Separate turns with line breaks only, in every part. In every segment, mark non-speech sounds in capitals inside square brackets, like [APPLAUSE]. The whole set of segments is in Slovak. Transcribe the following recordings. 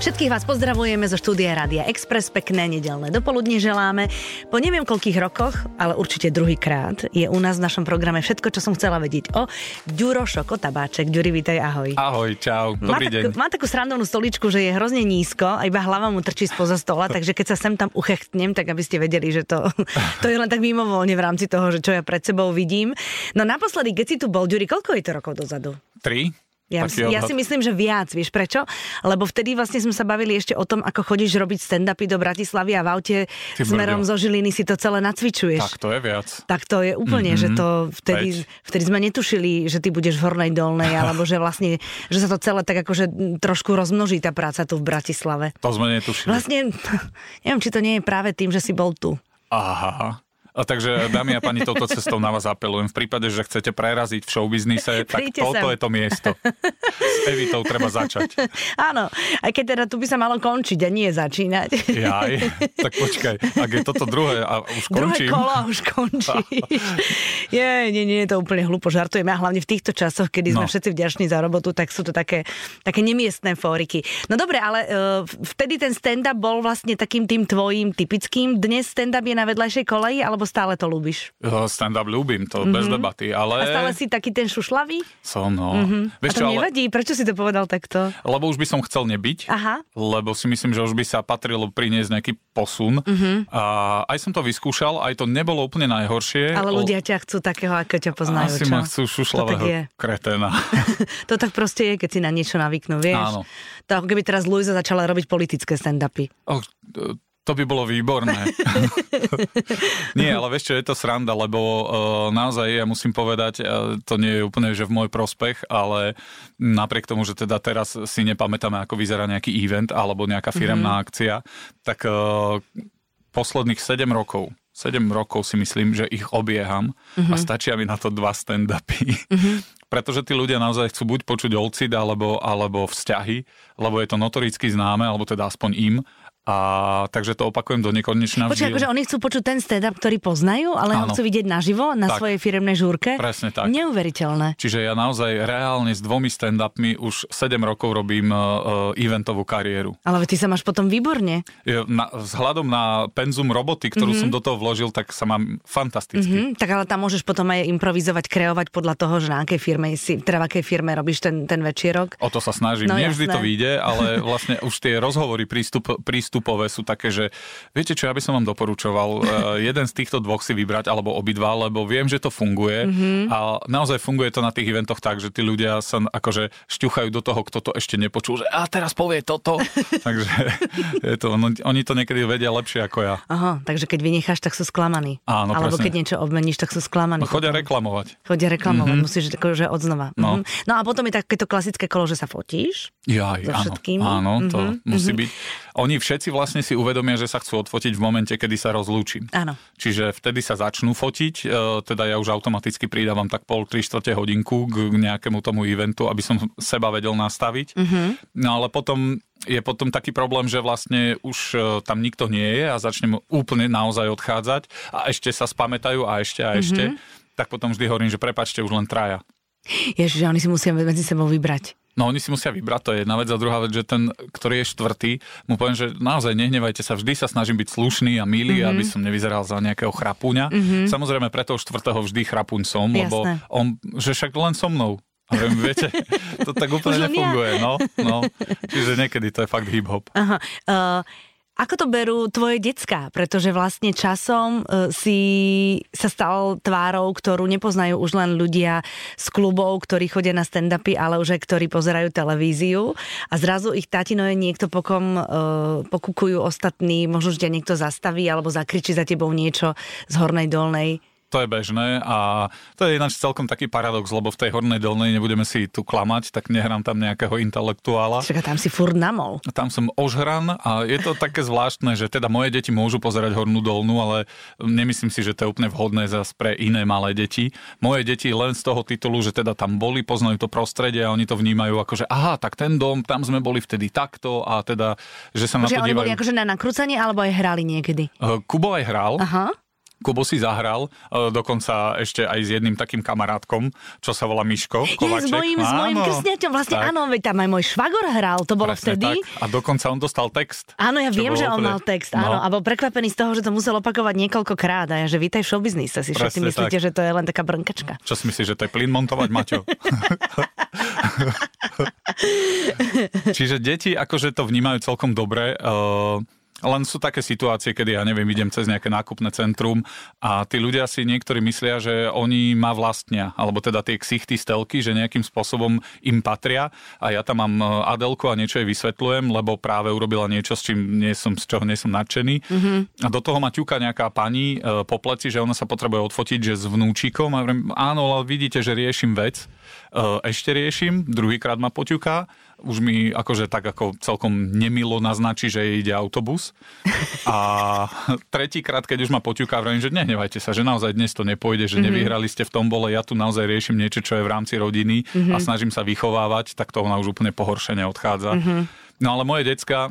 Všetkých vás pozdravujeme zo štúdia Rádia Express. Pekné nedelné dopoludne želáme. Po neviem koľkých rokoch, ale určite druhýkrát, je u nás v našom programe všetko, čo som chcela vedieť o Ďuro Šoko Tabáček. Ďuri, vítaj, ahoj.
Ahoj, čau,
Má,
dobrý deň.
takú, má takú srandovnú stoličku, že je hrozne nízko a iba hlava mu trčí spoza
[LAUGHS]
stola, takže keď sa sem tam uchechtnem, tak aby ste vedeli, že to, to je len tak mimovoľne v rámci toho, že čo ja pred sebou vidím. No naposledy, keď si tu bol, Ďuri, koľko je to rokov dozadu?
Tri?
Ja,
Taký
ja
odhad.
si myslím, že viac, vieš prečo? Lebo vtedy vlastne sme sa bavili ešte o tom, ako chodíš robiť stand-upy do Bratislavy a v aute
Ty brďo.
smerom zo Žiliny si to celé nacvičuješ.
Tak to je viac.
Tak to je úplne, mm-hmm. že to vtedy,
Veď.
vtedy sme netušili, že ty budeš v hornej
[LAUGHS]
dolnej, alebo že vlastne, že sa to celé tak akože mm, trošku rozmnoží tá práca tu v Bratislave.
To sme netušili.
Vlastne, [LAUGHS] neviem, či to nie je práve tým, že si bol tu. [LAUGHS]
Aha. A takže, dámy a pani, touto cestou na vás apelujem. V prípade, že chcete preraziť v showbiznise, tak
Príďte
toto
sem.
je to miesto. S Evitou treba začať.
Áno, aj keď teda tu by sa malo končiť a nie začínať. [LAUGHS]
Jaj, tak počkaj, ak je toto druhé a už
Druhé
končím.
kolo už
[LAUGHS]
končíš. Je, nie, nie, je to úplne hlúpo, žartujem. A hlavne v týchto časoch, kedy sme
No.
všetci vďační za robotu, tak sú to také, také nemiestné fóriky. No dobre, ale e, vtedy ten stand-up bol vlastne takým tým tvojím typickým. Dnes stand-up je na vedľajšej koleji, alebo stále to ľúbiš?
Jo, Stand-up ľúbim, to bez debaty, ale...
Mhm. A stále si taký ten šušlavý?
Som, no. Mm-hmm.
A to nevadí? Prečo si to povedal takto?
lebo už by som chcel nebyť,
Aha.
lebo si myslím, že už by sa patrilo priniesť nejaký posun. Uh-huh.
Mhm.
A aj som to vyskúšal, aj to nebolo úplne najhoršie.
Ale
O-
ľudia ťa chcú takého, ako ťa poznajú.
Asi
čo?
ma chcú
To tak je.
šušlavého kreténa.
[LAUGHS] to tak proste je, keď si na niečo navyknú, vieš?
Áno.
To ako keby teraz Luisa začala robiť politické stand-upy.
Och, to by bolo
[LAUGHS]
výborné. nie, ale vieš čo, je to sranda, lebo uh, naozaj ja musím povedať, uh, to nie je úplne, že v môj prospech, ale napriek tomu, že teda teraz si nepamätáme, ako vyzerá nejaký event alebo
Mhm.
nejaká firemná mm-hmm. akcia, tak uh, posledných 7 rokov 7 rokov si myslím, že ich obieham
Mhm.
a stačia mi na to dva stand-upy. [LAUGHS] Pretože tí ľudia naozaj chcú buď počuť olcid, alebo, alebo vzťahy, lebo je to notoricky známe, alebo teda aspoň im. A takže to opakujem do nekonečna
Počkaj,
vždy.
akože oni chcú počuť ten stand-up, ktorý poznajú, ale ho
Áno.
chcú vidieť naživo na
Tak.
svojej firemnej žúrke.
Presne tak.
Neuveriteľné.
Čiže ja naozaj reálne s dvomi stand-upmi už 7 rokov robím uh, uh, eventovú kariéru.
Ale ty sa máš potom výborne.
Je- Na, vzhľadom na penzum roboty, ktorú mm-hmm. som do toho vložil, tak sa mám fantasticky.
Hm, tak ale tam môžeš potom aj improvizovať, kreovať podľa toho, že na akej firme si, teda v akej firme robíš ten, ten večierok.
O to sa snažím.
No,
No, Nevždy
jasné.
to vyjde,
[LAUGHS]
ale vlastne už tie rozhovory prístup, prístupové sú také, že viete čo, ja by som vám doporučoval uh, jeden z týchto dvoch si vybrať, alebo obidva, lebo viem, že to funguje
Mhm.
mm-hmm. a naozaj funguje to na tých eventoch tak, že tí ľudia sa akože šťuchajú do toho, kto to ešte nepočul, že a teraz povie
[LAUGHS]
toto. Takže je to, no, oni to niekedy vedia lepšie ako ja.
Aha, takže keď vynecháš, tak sú sklamaní.
Áno,
Alebo
presne.
keď niečo obmeníš, tak sú sklamaní.
No, chodia reklamovať.
Chodia reklamovať, mm-hmm. musíš akože od znova.
No.
Mhm. no a potom je takéto klasické kolo, že sa fotíš.
Jaj,
So
áno,
všetkými?
áno, to
Mhm,
musí byť. Oni všetci vlastne si uvedomia, že sa chcú odfotiť v momente, kedy sa rozlúčim.
Áno.
Čiže vtedy sa začnú fotiť, e, teda ja už automaticky pridávam tak pol, tri štvrte hodinku k k nejakému tomu eventu, aby som seba vedel nastaviť. No ale potom je potom taký problém, že vlastne už e, tam nikto nie je a začnem úplne naozaj odchádzať a ešte sa spamätajú a ešte a ešte. Tak potom vždy hovorím, že prepačte, už len traja.
Ježiš, že oni si musia medzi sebou vybrať.
No oni si musia vybrať, to je jedna vec. A druhá vec, že ten, ktorý je štvrtý, mu poviem, že naozaj nehnevajte sa, vždy sa snažím byť slušný a
Mhm.
milý, mm-hmm. aby som nevyzeral za nejakého chrapúňa. Mm-hmm. Samozrejme, pre toho štvrtého vždy chrapúň som, lebo
Jasné.
on, že však len so mnou. A viem, viete, to tak
Už
úplne
len ja.
nefunguje. No, no. Čiže niekedy to je fakt hip-hop.
Aha. Uh, ako to berú tvoje decka? Pretože vlastne časom uh, si sa stal tvárou, ktorú nepoznajú už len ľudia z klubov, ktorí chodia na stand-upy, ale už aj ktorí pozerajú televíziu. A zrazu ich tatino je niekto, po kom uh, pokúkujú ostatní, možno že ťa niekto zastaví alebo zakričí za tebou niečo z hornej dolnej.
To je bežné a to je ináč celkom taký paradox, lebo v tej hornej dolnej nebudeme si tu klamať, tak nehrám tam nejakého intelektuála.
Čaká, tam si furt namol.
tam som ožhran a je to také zvláštne, že teda moje deti môžu pozerať hornú dolnú, ale nemyslím si, že to je úplne vhodné zas pre iné malé deti. Moje deti len z toho titulu, že teda tam boli, poznajú to prostredie a oni to vnímajú ako, že aha, tak ten dom, tam sme boli vtedy takto a teda, že sa na to
Že oni boli
dívajú.
akože na nakrúcanie alebo aj hrali niekedy.
Eh, Kubo aj hral,
Aha.
Kubo si zahral, e, dokonca ešte aj s jedným takým kamarátkom, čo sa volá Miško
Je,
Kovaček.
s mojím, s mojím
Áno,
krstňaťom, vlastne
tak,
áno, veď tam aj môj švagor hral, to bolo
presne
vtedy.
Tak. A dokonca on dostal text.
Áno, ja
čo
viem,
bolo
že on
úplne-
mal text,
No.
áno, a bol prekvapený z toho, že to musel opakovať niekoľkokrát a ja, že vítaj v showbiznise, si všetci
Presne
myslíte,
tak.
že to je len taká brnkačka.
Čo si myslíš, že to je plyn montovať, Maťo? Čiže deti akože to vnímajú celkom dobre. eh, len sú také situácie, kedy ja neviem, idem cez nejaké nákupné centrum a tí ľudia si niektorí myslia, že oni ma vlastnia, alebo teda tie ksichty stelky, že nejakým spôsobom im patria a ja tam mám eh, Adelku a niečo jej vysvetľujem, lebo práve urobila niečo, s čím nie som, z čoho nie som nadšený. A do toho ma ťuka nejaká pani eh, po pleci, že ona sa potrebuje odfotiť, že s vnúčikom a hovorím, áno, ale vidíte, že riešim vec. Eh, Ešte riešim, druhýkrát ma poťuká už mi akože tak ako celkom nemilo naznačí, že jej ide autobus. A [LAUGHS] tretíkrát, keď už ma poťuká, vravím, že nehnevajte sa, že naozaj dnes to nepôjde,
Mhm.
že nevyhrali ste v tom bole, ja tu naozaj riešim niečo, čo je v rámci rodiny a
Mhm.
snažím sa vychovávať, tak to ona už úplne pohoršene odchádza.
Mhm.
No ale moje decka,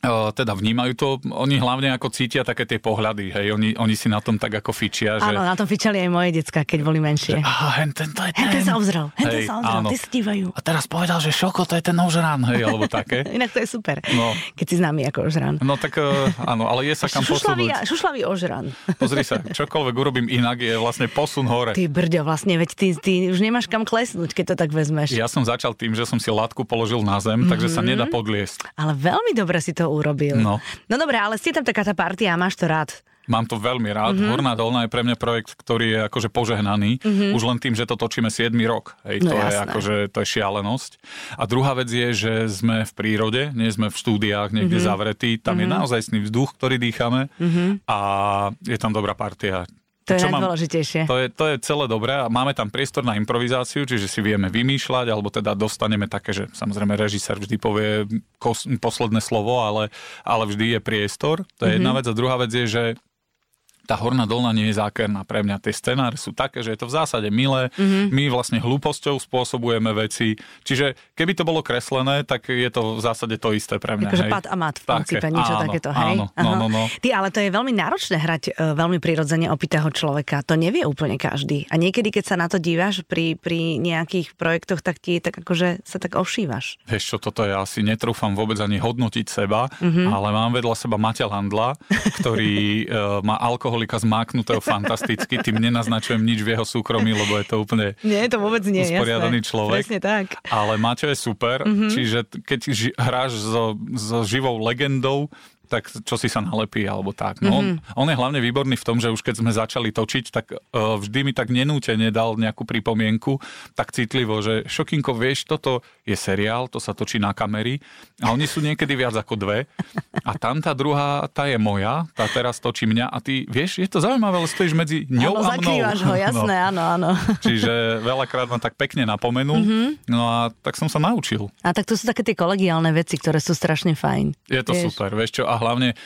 E, teda vnímajú to, oni hlavne ako cítia také tie pohľady, hej, oni, oni si na tom tak ako fičia, že
Áno, na tom fičali aj moje decka, keď boli menšie.
aha, hen tento je ten.
Henten sa obzrel, henten
Hej,
sa obzrel,
áno.
ty si dívajú.
A teraz povedal, že Šoko, to je ten nožrán, hej, alebo také.
Inak to je super,
No.
keď si známy ako ožran.
No tak e, áno, ale je sa kam
Šušlavý,
posunúť.
šušlavý ožran.
Pozri sa, čokoľvek urobím inak je vlastne posun hore.
Ty brďo, vlastne, veď ty, ty už nemáš kam klesnúť, keď to tak vezmeš.
Ja som začal tým, že som si látku položil na zem, takže
Mhm.
sa nedá podliesť.
Ale veľmi dobre si to urobil.
No.
no dobre, ale ste tam taká tá partia a máš to rád.
Mám to veľmi rád.
Mhm.
Mm-hmm. Horná dolná je pre mňa projekt, ktorý je akože požehnaný. Mm-hmm. Už len tým, že to točíme 7 rok. Hej,
Mhm. No
to je
jasné.
akože to je šialenosť. A druhá vec je, že sme v prírode, nie sme v štúdiách
Mhm.
niekde mm-hmm. zavretí. Tam mm-hmm. je naozaj sný vzduch, ktorý dýchame mm-hmm. a je tam dobrá partia.
Mhm. To je
Čo mám-
najdôležitejšie.
To je, to je celé dobré a máme tam priestor na improvizáciu, čiže si vieme vymýšľať, alebo teda dostaneme také, že samozrejme režisér vždy povie kos, posledné slovo, ale, ale vždy je priestor. To je
Mhm.
jedna vec. A druhá vec je, že tá horná dolna nie je zákerná pre mňa. Tie scenáre sú také, že je to v zásade milé. Mm-hmm.
Mhm.
My vlastne hlúposťou spôsobujeme veci. Čiže keby to bolo kreslené, tak je to v zásade to isté pre mňa.
Akože
hej.
pad a mat v
Také,
princípe, niečo
áno,
takéto, hej?
Áno, no,
Aha.
no, no.
Ty, ale to je veľmi náročné hrať e, veľmi prirodzene opitého človeka. To nevie úplne každý. A niekedy, keď sa na to díváš pri, pri nejakých projektoch, tak ti tak akože sa tak ošívaš.
Vieš čo, toto ja si netrúfam vôbec ani hodnotiť seba, mm-hmm. ale mám vedľa seba Maťa Landla, ktorý e, má alkoholika zmáknutého fantasticky, tým nenaznačujem nič v jeho súkromí, lebo je to úplne...
Nie, to vôbec nie.
jasné. Usporiadaný človek.
Presne
Presne
tak. Mhm.
Ale Maťo je super, mm-hmm. čiže t- keď ži- hráš so, so živou legendou, tak čo si sa nalepí, alebo tak. No,
Mhm.
mm-hmm. on, on je hlavne výborný v tom, že už keď sme začali točiť, tak uh, vždy mi tak nenútene dal nejakú pripomienku, tak citlivo, že Šokinko, vieš, toto je seriál, to sa točí na kamery a oni sú niekedy viac ako dve a tam tá druhá, tá je moja, tá teraz točí mňa a ty, vieš, je to zaujímavé, ale stojíš medzi ňou a
áno,
mnou. No.
zakrývaš
[LAUGHS]
ho, jasné, áno, áno.
Čiže veľakrát ma tak pekne napomenul. Mm-hmm.
Mhm.
No a tak som sa naučil.
A tak to sú také tie kolegiálne veci, ktoré sú strašne fajn.
Je to
Vieš.
Jež. super, vieš čo? A hlavne e,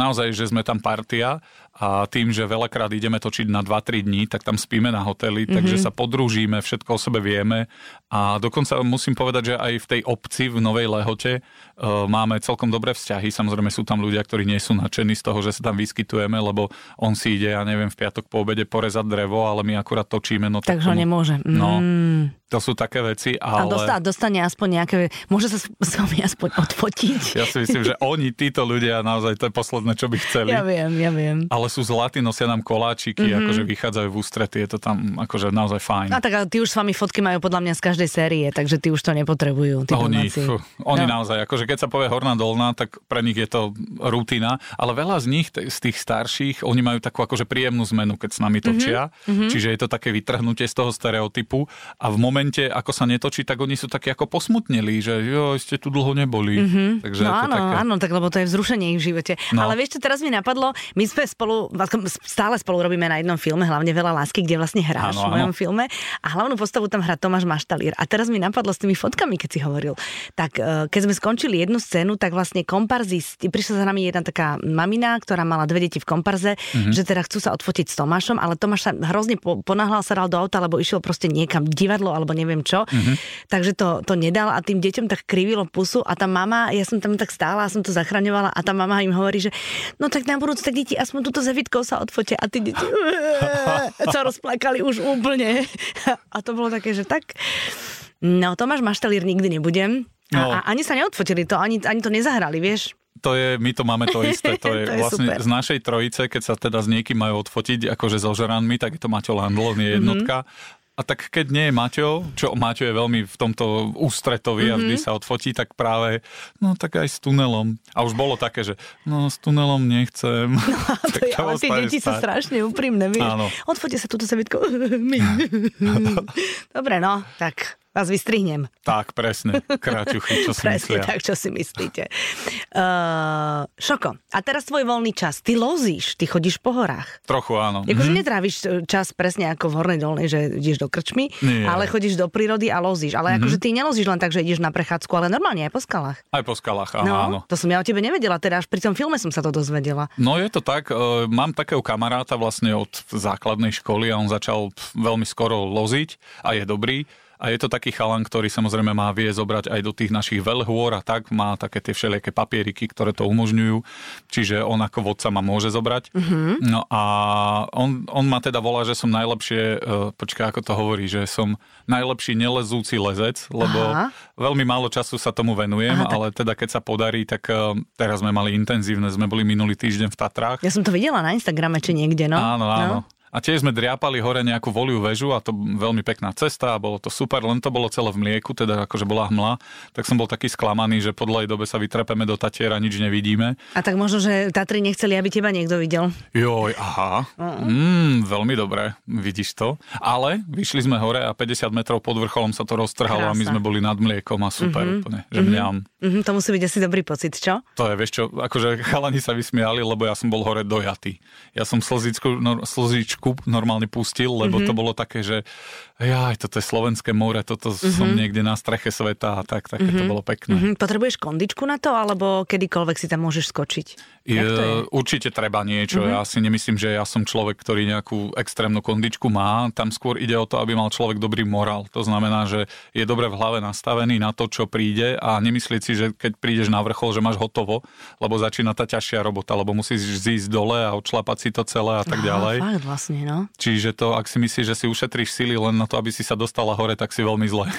naozaj, že sme tam partia a tým, že veľakrát ideme točiť na 2-3 dní, tak tam spíme na
Mhm.
hoteli, mm-hmm. takže sa podružíme, všetko o sebe vieme. A dokonca musím povedať, že aj v tej obci v Novej Lehote e, máme celkom dobré vzťahy. Samozrejme sú tam ľudia, ktorí nie sú nadšení z toho, že sa tam vyskytujeme, lebo on si ide, ja neviem, v piatok po obede porezať drevo, ale my akurát točíme. No, tak
Takže ho
tomu-
nemôže.
No,
Mm.
to sú také veci,
A
ale...
dostane, dostane aspoň nejaké... Môže sa s s vami aspoň odfotiť.
Ja si myslím,
[LAUGHS]
že oni, títo ľudia, naozaj to je posledné, čo by chceli.
Ja viem, ja viem.
Ale sú zlatí, nosia nám koláčiky, mm-hmm. akože vychádzajú v ústrety, je to tam akože naozaj fajn.
A tak ale ty už s vami fotky majú podľa mňa z každej série, takže ty už to nepotrebujú, tí
oni,
domáci.
fú, oni
No.
no. naozaj, akože keď sa povie horná dolná, tak pre nich je to rutina, ale veľa z nich, t- z tých starších, oni majú takú akože príjemnú zmenu, keď s nami
Mhm.
točia, mm-hmm. čiže je to také vytrhnutie z toho stereotypu a v momente, ako sa netočí, tak oni sú takí ako posmutneli, že jo, ste tu dlho neboli. Mm-hmm. Takže
No
je to
áno,
také...
áno, tak lebo to je vzrušenie ich v živote.
No.
Ale vieš, čo teraz mi napadlo? My sme spolu, ako stále spolu robíme na jednom filme, hlavne veľa lásky, kde vlastne hráš
Áno,
v mojom
áno.
filme a hlavnú postavu tam hrá Tomáš Maštalír. A teraz mi napadlo s tými fotkami, keď si hovoril. Tak e, keď sme skončili jednu scénu, tak vlastne komparzisti, prišla za nami jedna taká mamina, ktorá mala dve deti v komparze,
Mhm.
že teda chcú sa odfotiť s Tomášom, ale Tomáš sa hrozne po, ponáhľal sa dal do auta, lebo išiel proste niekam divadlo alebo neviem čo.
Mhm.
Takže to, to nedal a tým deťom tak krivilo pusu a tá mama, ja som tam tak stála a som to zachraňovala a tá mama im hovorí, že no tak na budúce tak deti aspoň túto s Evitkou sa odfotia a ty deti sa rozplakali už úplne. A to bolo také, že tak... No, Tomáš Maštalír nikdy nebudem. A,
No.
a ani sa neodfotili to, ani, ani to nezahrali, vieš.
to je, my to máme to isté. To je,
[LAUGHS] To je
vlastne
super.
z našej trojice, keď sa teda s niekým majú odfotiť, akože so žranmi, tak je to Maťo Landl, on
Mhm.
je jednotka. A tak keď nie je Maťo, čo Maťo je veľmi v tomto ústretovi a
Mhm.
vždy sa odfotí, tak práve, no tak aj s tunelom. A už bolo také, že no s tunelom nechcem.
[LAUGHS]
[LAUGHS] No,
A to je, ale tie deti sú strašne úprimné, vieš.
Áno.
Odfotia sa túto sebitko. [LAUGHS]
[LAUGHS]
My. Dobre, no, tak vás vystrihnem.
Tak, presne. Kráťuchy, čo si
[LAUGHS] Presne
myslia.
tak, čo si myslíte. Uh, šoko, a teraz tvoj voľný čas. Ty lozíš, ty chodíš po horách.
Trochu áno.
Akože mm-hmm. netráviš e, čas presne ako v Hornej Dolnej, že ideš do krčmy,
Nie. Mhm.
ale chodíš do prírody a lozíš. Ale mm-hmm. akože ty nelozíš len tak, že ideš na prechádzku, ale normálne aj po skalách.
Aj po skalách, áno,
no,
áno.
to som ja o tebe nevedela, teda až pri tom filme som sa to dozvedela.
No je to tak, e, mám takého kamaráta vlastne od základnej školy a on začal pf, veľmi skoro loziť a je dobrý. A je to taký chalan, ktorý samozrejme má vie zobrať aj do tých našich veľhôr a tak, má také tie všelijaké papieriky, ktoré to umožňujú, čiže on ako vodca ma môže zobrať. No a on, on ma teda volá, že som najlepšie, e, počkaj, ako to hovorí, že som najlepší nelezúci lezec, lebo
Aha.
veľmi málo času sa tomu venujem,
Aha, tak.
ale teda keď sa podarí, tak e, teraz sme mali intenzívne, sme boli minulý týždeň v Tatrách.
Ja som to videla na Instagrame či niekde, no.
Áno, áno.
No.
A tiež sme driapali hore nejakú voliu väžu a to veľmi pekná cesta a bolo to super, len to bolo celé v mlieku, teda akože bola hmla, tak som bol taký sklamaný, že po dlhej dobe sa vytrepeme do Tatiera, nič nevidíme.
A tak možno, že Tatry nechceli, aby teba niekto videl.
Joj, aha, mm, veľmi dobre, vidíš to. Ale vyšli sme hore a 50 metrov pod vrcholom sa to roztrhalo a my
Krása.
sme boli nad mliekom a super úplne, že mňam.
Mhm, to musí byť asi dobrý pocit, čo?
To je, vieš čo, akože chalani sa vysmiali, lebo ja som bol hore dojatý. Ja som slzičku, no, slzičku normálne pustil, lebo mm-hmm. to bolo také, že jaj, toto je slovenské more, toto mm-hmm. som niekde na streche sveta a tak, také mm-hmm. to bolo pekné.
Mhm, potrebuješ kondičku na to, alebo kedykoľvek si tam môžeš skočiť?
Je,
Jak to je? Mhm.
určite treba niečo. Mm-hmm. Ja si nemyslím, že ja som človek, ktorý nejakú extrémnu kondičku má. Tam skôr ide o to, aby mal človek dobrý morál. To znamená, že je dobre v hlave nastavený na to, čo príde a nemyslieť si, že keď prídeš na vrchol, že máš hotovo, lebo začína tá ťažšia robota, lebo musíš zísť dole a odšlapať si to celé a tak ďalej.
Á, fakt vlastne, no.
Čiže to, ak si myslíš, že si ušetríš sily len na to, aby si sa dostala hore, tak si veľmi zle.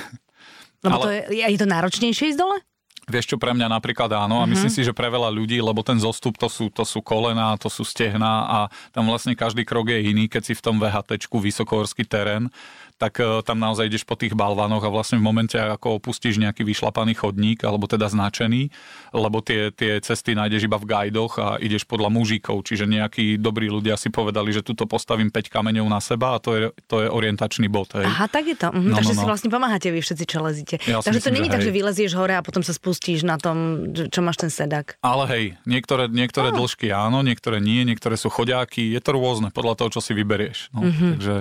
Lebo
Ale-
to je, je to náročnejšie ísť dole?
Vieš čo, pre mňa napríklad áno a myslím si, že pre veľa ľudí, lebo ten zostup to sú, to sú kolená, to sú stehná a tam vlastne každý krok je iný, keď si v tom VHTčku, vysokohorský terén, tak e, tam naozaj ideš po tých balvánoch a vlastne v momente, ako opustíš nejaký vyšlapaný chodník, alebo teda značený, lebo tie, tie cesty nájdeš iba v gajdoch a ideš podľa mužíkov, čiže nejakí dobrí ľudia si povedali, že tuto postavím 5 kameňov na seba a to je, to je orientačný bod. Hej.
Aha, tak je to. Mhm,
No,
takže
no,
si
no.
vlastne pomáhate vy všetci, čo lezíte.
Ja si
takže to
myslím,
není
že
tak,
hej.
že vylezieš hore a potom sa spustíš na tom, čo- čo máš ten sedak.
Ale hej, niektoré, niektoré dĺžky áno, niektoré nie, niektoré sú chodáky, je to rôzne podľa toho, čo si vyberieš. No,
Mhm.
mm-hmm. Takže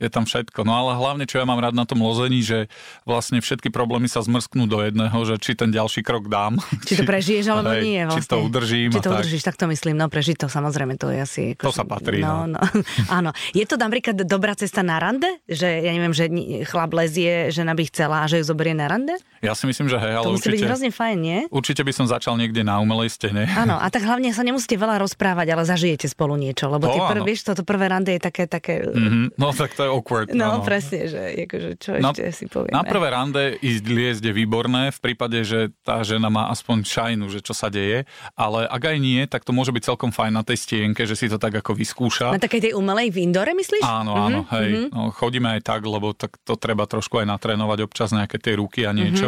je tam všetko. No ale hlavne, čo ja mám rád na tom lození, že vlastne všetky problémy sa zmrsknú do jedného, že či ten ďalší krok dám.
[LAUGHS]
[LAUGHS]
Či to prežiješ alebo
hej,
nie. Vlastne.
Či to udržím
Či to
a tak.
udržíš, tak to myslím. No prežiť to samozrejme, to je asi... Ako
To sa patrí,
No, no. [LAUGHS] Áno. Je to napríklad dobrá cesta na rande? Že ja neviem, že ni- chlap lezie, žena by chcela a že ju zoberie na rande?
Ja si myslím, že hej, ale
To musí byť
určite,
hrozne fajn, nie?
určite by som začal niekde na umelej stene.
Áno, a tak hlavne sa nemusíte veľa rozprávať, ale zažijete spolu niečo, lebo
To
tie prv,
áno.
vieš, toto prvé rande je také, také...
Mhm, No tak to je awkward. áno.
No, presne, že akože, čo
Na-
ešte si povieme.
No, Na prvé rande ísť liesť je výborné, v prípade, že tá žena má aspoň šajnu, že čo sa deje, ale ak aj nie, tak to môže byť celkom fajn na tej stienke, že si to tak ako vyskúša.
Na takej tej Mhm, umelej v indore, myslíš?
Áno, áno, hej. No, chodíme aj tak, lebo tak to treba trošku aj natrénovať občas nejaké tie ruky a
Mhm.
niečo.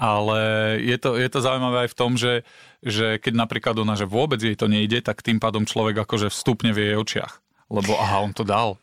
Ale je to, je to zaujímavé aj v tom, že, že keď napríklad ona, že vôbec jej to nejde, tak tým pádom človek akože vstupne v jej očiach. Lebo aha, on to dal.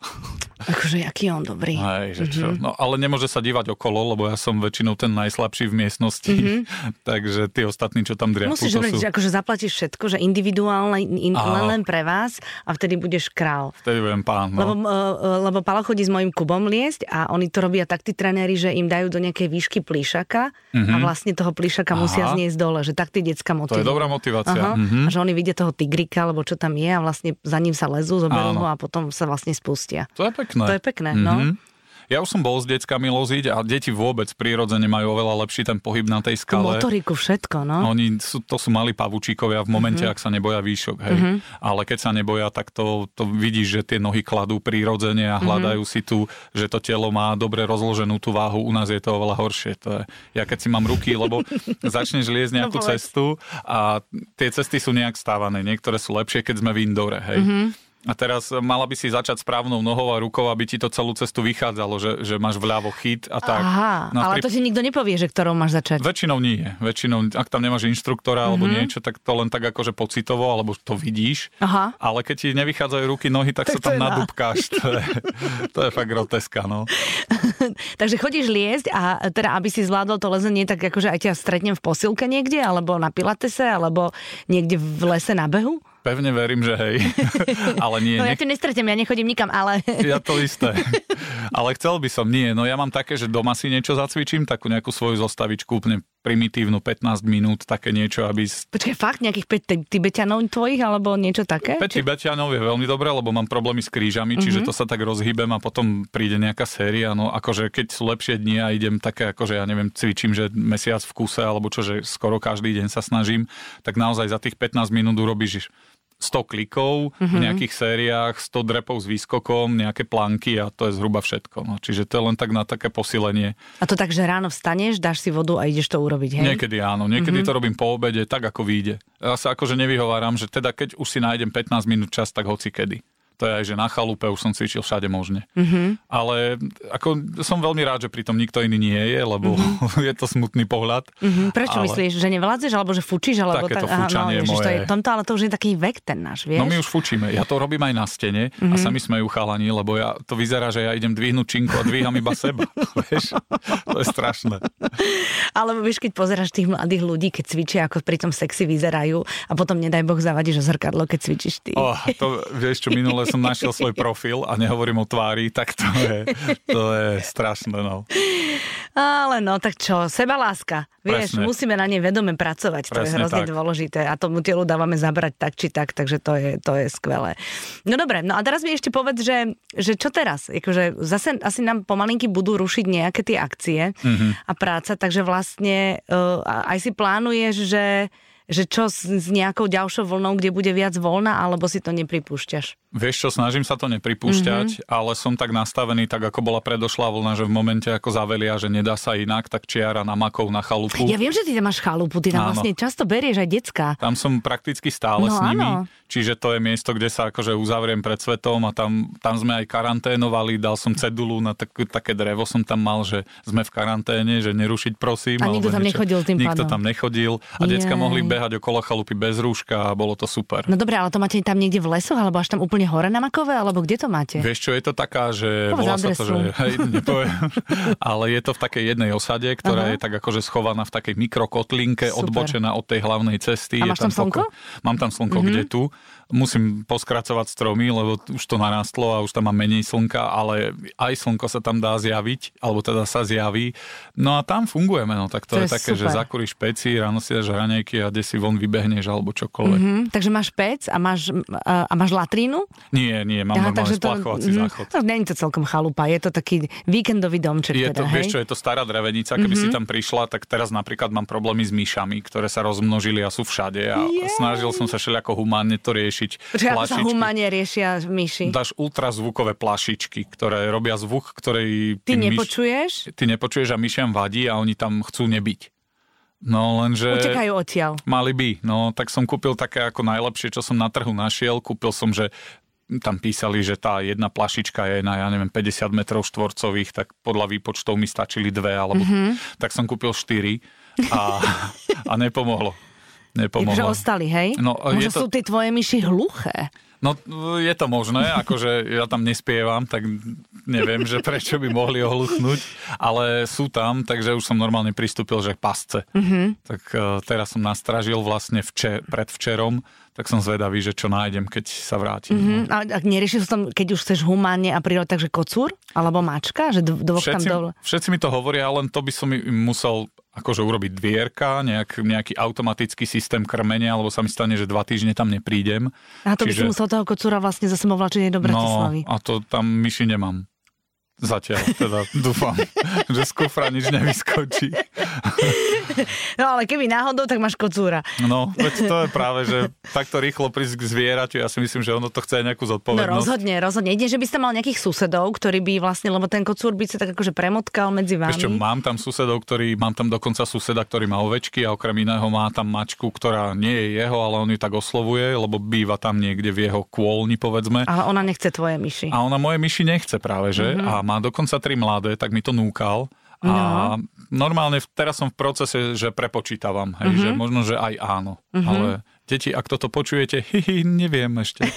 Akože, aký je on dobrý.
Hej, že čo?
Mhm.
No, ale nemôže sa dívať okolo, lebo ja som väčšinou ten najslabší v miestnosti. [LAUGHS] Takže tí ostatní, čo tam driapu,
Mhm. Musíš
to
hovoriť,
sú...
že akože zaplatíš všetko, že individuálne, in,
Áno.
len, len pre vás a vtedy budeš král.
Vtedy budem pán,
Lebo,
no.
e, e, lebo Palo chodí s mojim Kubom liesť a oni to robia tak tí tréneri, že im dajú do nejakej výšky plíšaka a vlastne toho plíšaka
Mhm. Aha.
musia zniesť dole, že tak tie decka
To je
motivujú.
dobrá motivácia.
Aha,
Mhm.
a že oni vidia toho tigrika, alebo čo tam je a vlastne za ním sa lezú, zoberú
Áno.
ho a potom sa vlastne spustia.
To je pekné.
To je pekné, no.
Mhm. Ja už som bol s deckami loziť a deti vôbec prirodzene majú oveľa lepší ten pohyb na tej skale.
Motoriku, všetko, no.
Oni sú, to sú mali pavučíkovia v momente,
Mhm.
mm-hmm. ak sa neboja výšok, hej. Mm-hmm. Ale keď sa neboja, tak to, to vidíš, že tie nohy kladú prirodzene a
Mhm.
hľadajú mm-hmm. si tu, že to telo má dobre rozloženú tú váhu. U nás je to oveľa horšie. To je, ja keď si mám ruky,
[LAUGHS]
lebo začneš liesť nejakú no, povedz. cestu a tie cesty sú nejak stávané. Niektoré sú lepšie, keď sme v indore, hej.
Mhm.
Mm-hmm. A teraz mala by si začať správnou nohou a rukou, aby ti to celú cestu vychádzalo, že, že máš vľavo chyt a tak.
Aha, no, ale pri... to ti nikto nepovie, že ktorou máš začať.
Väčšinou nie. Väčšinou, ak tam nemáš inštruktora alebo mm-hmm. niečo, tak to len tak akože pocitovo, alebo to vidíš. Aha. Ale keď ti nevychádzajú ruky, nohy, tak, tak sa tam nadúbkáš. To je, to je fakt groteska, no.
[LAUGHS] Takže chodíš liesť a teda, aby si zvládol to lezenie, tak akože aj ťa stretnem v posilke niekde, alebo na pilatese, alebo niekde v lese na behu?
Pevne verím, že hej. ale nie.
No ja ťa nestretnem, ja nechodím nikam, ale... [LAUGHS]
ja to isté. ale chcel by som, nie. No ja mám také, že doma si niečo zacvičím, takú nejakú svoju zostavičku úplne primitívnu 15 minút, také niečo, aby...
Počkaj, fakt? Nejakých 5 tibetanov tvojich, alebo niečo také?
5 Či... tibetanov je veľmi dobré, lebo mám problémy s krížami, mm-hmm. čiže to sa tak rozhýbem a potom príde nejaká séria. No akože keď sú lepšie dni a idem také, akože ja neviem, cvičím, že mesiac v kuse, alebo čo, že skoro každý deň sa snažím, tak naozaj za tých 15 minút urobíš 100 klikov mm-hmm. v nejakých sériách, 100 drepov s výskokom, nejaké planky a to je zhruba všetko. No, čiže to je len tak na také posilenie.
A to tak, že ráno vstaneš, dáš si vodu a ideš to urobiť, hej? Mhm.
Niekedy áno, niekedy mm-hmm. to robím po obede, tak ako vyjde. Ja sa akože nevyhováram, že teda keď už si nájdem 15 minút čas, tak hoci kedy. To je aj, že na chalupe už som cvičil všade možne.
Mhm.
Mm-hmm. Ale ako, som veľmi rád, že pritom nikto iný nie je, lebo
Mhm.
mm-hmm. [LAUGHS] je to smutný pohľad.
Mm-hmm. Prečo ale... myslíš, že nevládzeš, alebo že fučíš? Alebo
Takéto tak... fučanie Aha, no,
ježiš,
moje.
To je, tomto, ale to už je taký vek ten náš, vieš?
No
Mhm.
my už fučíme. Ja to robím aj na stene mm-hmm. a sami sme ju chalani, lebo ja, to vyzerá, že ja idem dvihnúť činku a dvíham iba seba. [LAUGHS] vieš? To je strašné.
Alebo vieš, keď pozeráš tých mladých ľudí, keď cvičia, ako pri tom sexy vyzerajú a potom nedaj Boh zavadíš o zrkadlo, keď cvičíš ty.
Oh, to, vieš čo, minule som našiel svoj profil a nehovorím o tvári, tak to je, to je strašné. No.
Ale no, tak čo, sebaláska. Vieš, Presne. musíme na nej vedome pracovať, Presne to je hrozne tak. dôležité a tomu telu dávame zabrať tak či tak, takže to je, to je skvelé. No dobre, no a teraz mi ešte povedz, že, že čo teraz? Akože zase asi nám pomalinky budú rušiť nejaké tie akcie mm-hmm. a práca, takže vlastne uh, aj si plánuješ, že že čo s, s nejakou ďalšou vlnou, kde bude viac voľna, alebo si to nepripúšťaš?
Vieš čo, snažím sa to nepripúšťať, mm-hmm. ale som tak nastavený, tak ako bola predošlá vlna, že v momente ako zavelia, že nedá sa inak, tak čiara na makov na chalupu.
Ja viem, že ty tam máš chalupu, ty tam áno. vlastne často berieš aj decka.
Tam som prakticky stále no, s nimi, áno. čiže to je miesto, kde sa akože uzavriem pred svetom a tam, tam sme aj karanténovali, dal som cedulu na tak, také drevo som tam mal, že sme v karanténe, že nerušiť prosím.
A nikto tam niečo, nechodil s tým
Nikto pádom. tam nechodil a Jej. decka mohli behať okolo chalupy bez rúška a bolo to super.
No dobre, ale to máte tam niekde v lesoch alebo až tam úplne úplne hore na Makove, alebo kde to máte?
Vieš čo, je to taká, že...
Povedz volá
sa
adresu.
to, že, hej, nepoviem, [LAUGHS] ale je to v takej jednej osade, ktorá Aha. je tak akože schovaná v takej mikrokotlinke, Super. odbočená od tej hlavnej cesty.
A máš je tam, tam slnko?
Poko- mám tam slnko, mm-hmm. kde tu. Musím poskracovať stromy, lebo už to narastlo a už tam má menej slnka, ale aj slnko sa tam dá zjaviť, alebo teda sa zjaví. No a tam fungujeme, no tak to, to je, je také, super. že zakúriš peci, ráno si dáš hranejky a kde si von vybehneš alebo čokoľvek. Mm-hmm.
Mhm, Takže máš pec a máš, a máš latrínu?
Nie, nie, mám Aha, normálne splachovací to, záchod.
No, není to celkom chalupa, je to taký víkendový domček.
Je to,
teda, hej? Mhm.
Vieš čo, je to stará drevenica, keby mm-hmm. si tam prišla, tak teraz napríklad mám problémy s myšami, ktoré sa rozmnožili a sú všade a yeah. snažil som sa všelijako humánne to riešiť.
Že ako sa humánne riešia myši?
Dáš ultrazvukové plašičky, ktoré robia zvuk, ktorý...
Ty
Myš,
nepočuješ?
E, ty nepočuješ a myšiam vadí a oni tam chcú nebyť. No lenže...
Utekajú odtiaľ.
Mali by. No tak som kúpil také ako najlepšie, čo som na trhu našiel. Kúpil som, že tam písali, že tá jedna plašička je na, ja neviem, 50 metrov štvorcových, tak podľa výpočtov mi stačili dve, alebo mm-hmm. tak som kúpil štyri a, [LAUGHS] a nepomohlo. Nepomohlo.
Takže ostali, hej?
No,
Možno to... sú tie tvoje myši hluché.
No je to možné, akože ja tam nespievam, tak neviem, že prečo by mohli ohluchnúť, ale sú tam, takže už som normálne pristúpil, že pasce. Mm-hmm. Tak uh, teraz som nastražil vlastne vče- predvčerom, tak som zvedavý, že čo nájdem, keď sa vrátim.
Mm-hmm. A, a neriešil som, keď už chceš humánne a prírod, takže kocúr? Alebo mačka? Že dvoch
všetci,
tam dole?
Všetci mi to hovoria, len to by som im musel akože urobiť dvierka, nejak, nejaký automatický systém krmenia, alebo sa mi stane, že dva týždne tam neprídem.
A to Čiže... by si musel toho kocúra vlastne zase ovlačenie do Bratislavy.
No, a to tam myši nemám. Zatiaľ,
[LAUGHS]
teda dúfam, že z kufra nič nevyskočí.
No ale keby náhodou, tak máš kocúra.
No, veď to je práve, že takto rýchlo prísť k zvieraťu, ja si myslím, že ono to chce aj nejakú
No
zodpovednosť.
rozhodne, rozhodne. Jedine, že by ste mal nejakých susedov, ktorí by vlastne, lebo ten kocúr by sa tak akože premotkal medzi vami.
Ešte mám tam susedov, ktorý, mám tam dokonca suseda, ktorý má ovečky a okrem iného má tam mačku, ktorá nie je jeho, ale on ju tak oslovuje, lebo býva tam niekde v jeho kôlni, povedzme.
Ale ona nechce tvoje myši. [LAUGHS]
A ona moje myši nechce práve, že?
Mhm.
Mm-hmm. A má dokonca tri mladé, tak mi to núkal. A
No.
normálne v- teraz som v procese, že prepočítavam, hej,
Mhm.
mm-hmm. že možno, že aj áno. Mm-hmm. Ale deti, ak toto počujete, [LAUGHS] hihi, neviem ešte.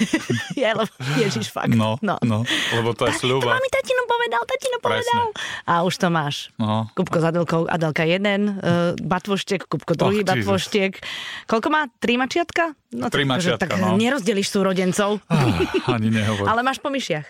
Ja, lebo, ježiš, fakt.
No,
[LAUGHS] no.
no. no lebo to je
To
sľuba.
mami tatino povedal, tatino
Presne.
povedal. A už to máš.
No,
Kupko s Adelkou, Adelka jeden, uh, batvoštiek, Kupko druhý
Jesus.
batvoštiek. Koľko má? Tri mačiatka? No,
Tri
tak, akože
mačiatka,
tak
no.
nerozdeliš súrodencov,
ah, ani nehovor.
ale máš po myšiach.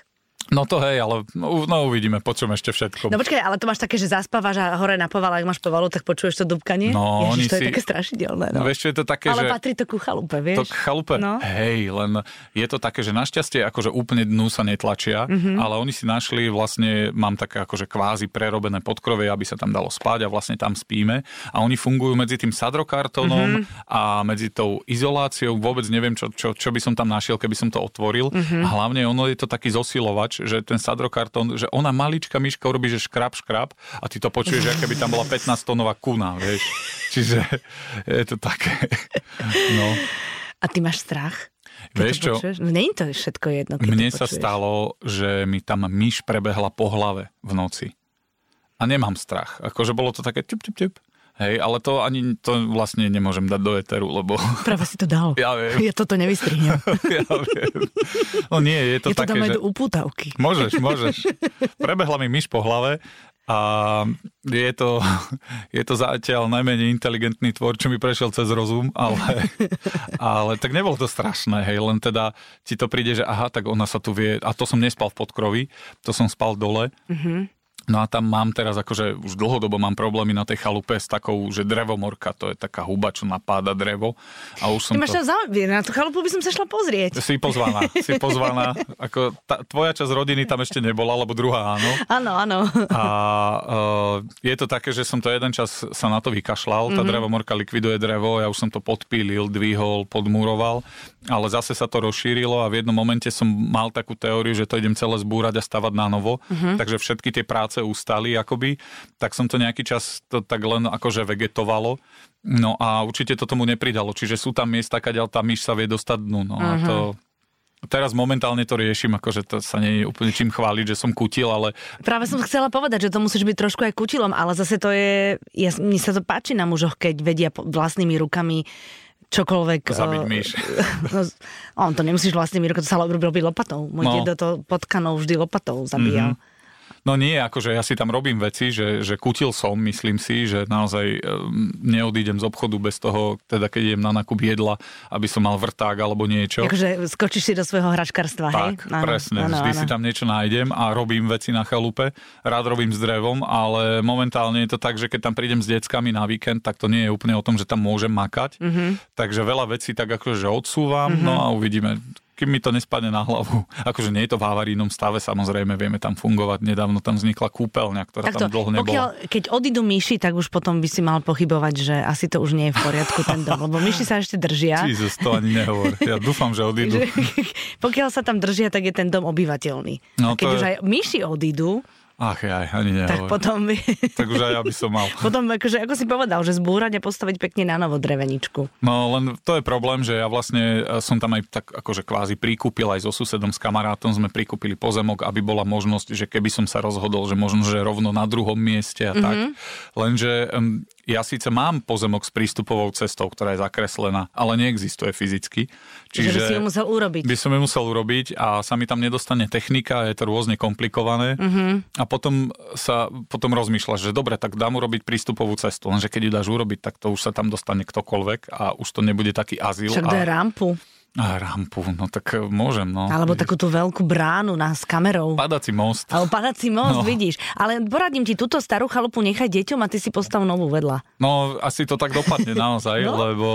No to hej, ale no, no uvidíme, počujem ešte všetko.
No počkaj, ale to máš také, že zaspávaš a hore na povale, ak máš povalu, tak počuješ to dubkanie?
No, oni
Ježiš, to je
si-
také strašidelné.
No
No.
vieš, čo je to také, že...
ale patrí to ku chalupe,
To
vieš?
k chalupe,
No.
no. hej, len je to také, že našťastie akože úplne dnu sa netlačia,
Mhm.
mm-hmm. ale oni si našli vlastne, mám také akože kvázi prerobené podkrovie, aby sa tam dalo spať a vlastne tam spíme a oni fungujú medzi tým
Mhm.
sadrokartónom mm-hmm. a medzi tou izoláciou, vôbec neviem, čo, čo, čo by som tam našiel, keby som to otvoril mm-hmm.
Mhm.
a hlavne ono je to taký zosilovač, že ten sadrokartón, že ona malička myška urobí, že škrab, škrab a ty to počuješ, ako keby tam
[LAUGHS]
bola 15-tonová kuna, vieš. Čiže je to také, [LAUGHS] no.
A ty máš strach? keď
Vieš
to
čo?
počuješ? No, není to všetko jedno, keď
Mne
to
sa
počuješ.
stalo, že mi tam myš prebehla po hlave v noci. A nemám strach. Akože bolo to také tip, tip, tip. Hej, ale to ani to vlastne nemôžem dať do eteru, lebo [LAUGHS]
Práve si to dal.
Ja viem.
Ja toto nevystrihnem.
ja viem. No nie, je [LAUGHS] to
ja to
také,
dám aj
že...
do upútavky.
Môžeš, môžeš. Prebehla mi myš po hlave a je to, je to zatiaľ najmenej inteligentný tvor, čo mi prešiel cez rozum, ale, ale tak nebolo to strašné, hej, len teda ti to príde, že aha, tak ona sa tu vie, a to som nespal v podkrovi, to som spal dole,
Mhm.
No a tam mám teraz, akože už dlhodobo mám problémy na tej chalupe s takou, že drevomorka, to je taká huba, čo napáda drevo. A už som
Ty máš
to...
tam zaujímavé, na tú chalupu by som sa šla pozrieť.
Si pozvaná, si pozvaná. Ako tá, tvoja časť rodiny tam ešte nebola, alebo druhá áno.
Áno, áno.
A uh, je to také, že som to jeden čas sa na to vykašľal, tá mm-hmm. drevomorka likviduje drevo, ja už som to podpílil, dvihol, podmúroval, ale zase sa to rozšírilo a v jednom momente som mal takú teóriu, že to idem celé zbúrať a stavať na novo, mm-hmm. takže všetky tie práce ustali akoby, tak som to nejaký čas to tak len akože vegetovalo. No a určite to tomu nepridalo, čiže sú tam miesta, kadeľ tá myš sa vie dostať dnu, no mm-hmm. a to... Teraz momentálne to riešim, akože to sa nie je úplne čím chváliť, že som kutil, ale
Práve som chcela povedať, že to musíš byť trošku aj kutilom, ale zase to je, ja, mne sa to páči na mužoch, keď vedia po- vlastnými rukami čokoľvek...
Zabiť
eh, [LAUGHS]
myš.
No, z- on to nemusíš vlastnými rukami, to sa robí robí lopatou. Môj
No.
dedo to potkanou vždy lopatou zabíjal. Mm-hmm.
No nie, akože ja si tam robím veci, že, že kutil som, myslím si, že naozaj um, neodídem z obchodu bez toho, teda keď idem na nákup jedla, aby som mal vrták alebo niečo.
Akože skočíš si do svojho hračkarstva, hej?
Tak, presne. Vždy si tam niečo nájdem a robím veci na chalupe. Rád robím s drevom, ale momentálne je to tak, že keď tam prídem s deckami na víkend, tak to nie je úplne o tom, že tam môžem makať.
Mhm.
Mm-hmm. Takže veľa vecí tak akože odsúvam, mm-hmm. no a uvidíme kým mi to nespadne na hlavu. [LAUGHS] Akože nie je to v havarínom stave, samozrejme, vieme tam fungovať. Nedávno tam vznikla kúpeľňa, ktorá tam
Takto,
dlho nebola.
pokiaľ, keď odídu myši, tak už potom by si mal pochybovať, že asi to už nie je v poriadku ten dom, lebo myši sa ešte držia.
Jesus, to ani nehovor. Ja dúfam, že odídu.
Takže [LAUGHS] pokiaľ sa tam držia, tak je ten dom obyvateľný.
No,
No, a keď
to
už
je-
aj myši odídu,
Ach jaj, ani nehovor.
tak potom,
Tak už aj ja by som mal.
[LAUGHS] potom akože, ako si povedal, že zbúrať a postaviť pekne na novo dreveničku.
No len to je problém, že ja vlastne e, som tam aj tak akože kvázi prikúpil aj so susedom, s kamarátom sme prikúpili pozemok, aby bola možnosť, že keby som sa rozhodol, že možno, že rovno na druhom mieste a tak.
Mhm.
Lenže em, ja síce mám pozemok s prístupovou cestou, ktorá je zakreslená, ale neexistuje fyzicky.
Čiže... Že by
Čiže
si ju musel urobiť.
by som ju musel urobiť a sa mi tam nedostane technika, je to rôzne komplikované
Mhm.
mm-hmm. a potom sa potom rozmýšľaš, že dobre, tak dám urobiť prístupovú cestu, lenže keď ju dáš urobiť, tak to už sa tam dostane ktokoľvek a už to nebude taký azyl
Však daj
a,
rampu.
a rampu, no tak e, môžem, no.
Alebo takú tú veľkú bránu na, s kamerou.
Padací most.
Alebo padací most,
No.
vidíš. Ale poradím ti, túto starú chalupu nechaj deťom a ty si postav novú vedľa.
No, asi
[LAUGHS]
to tak dopadne naozaj,
No.
lebo,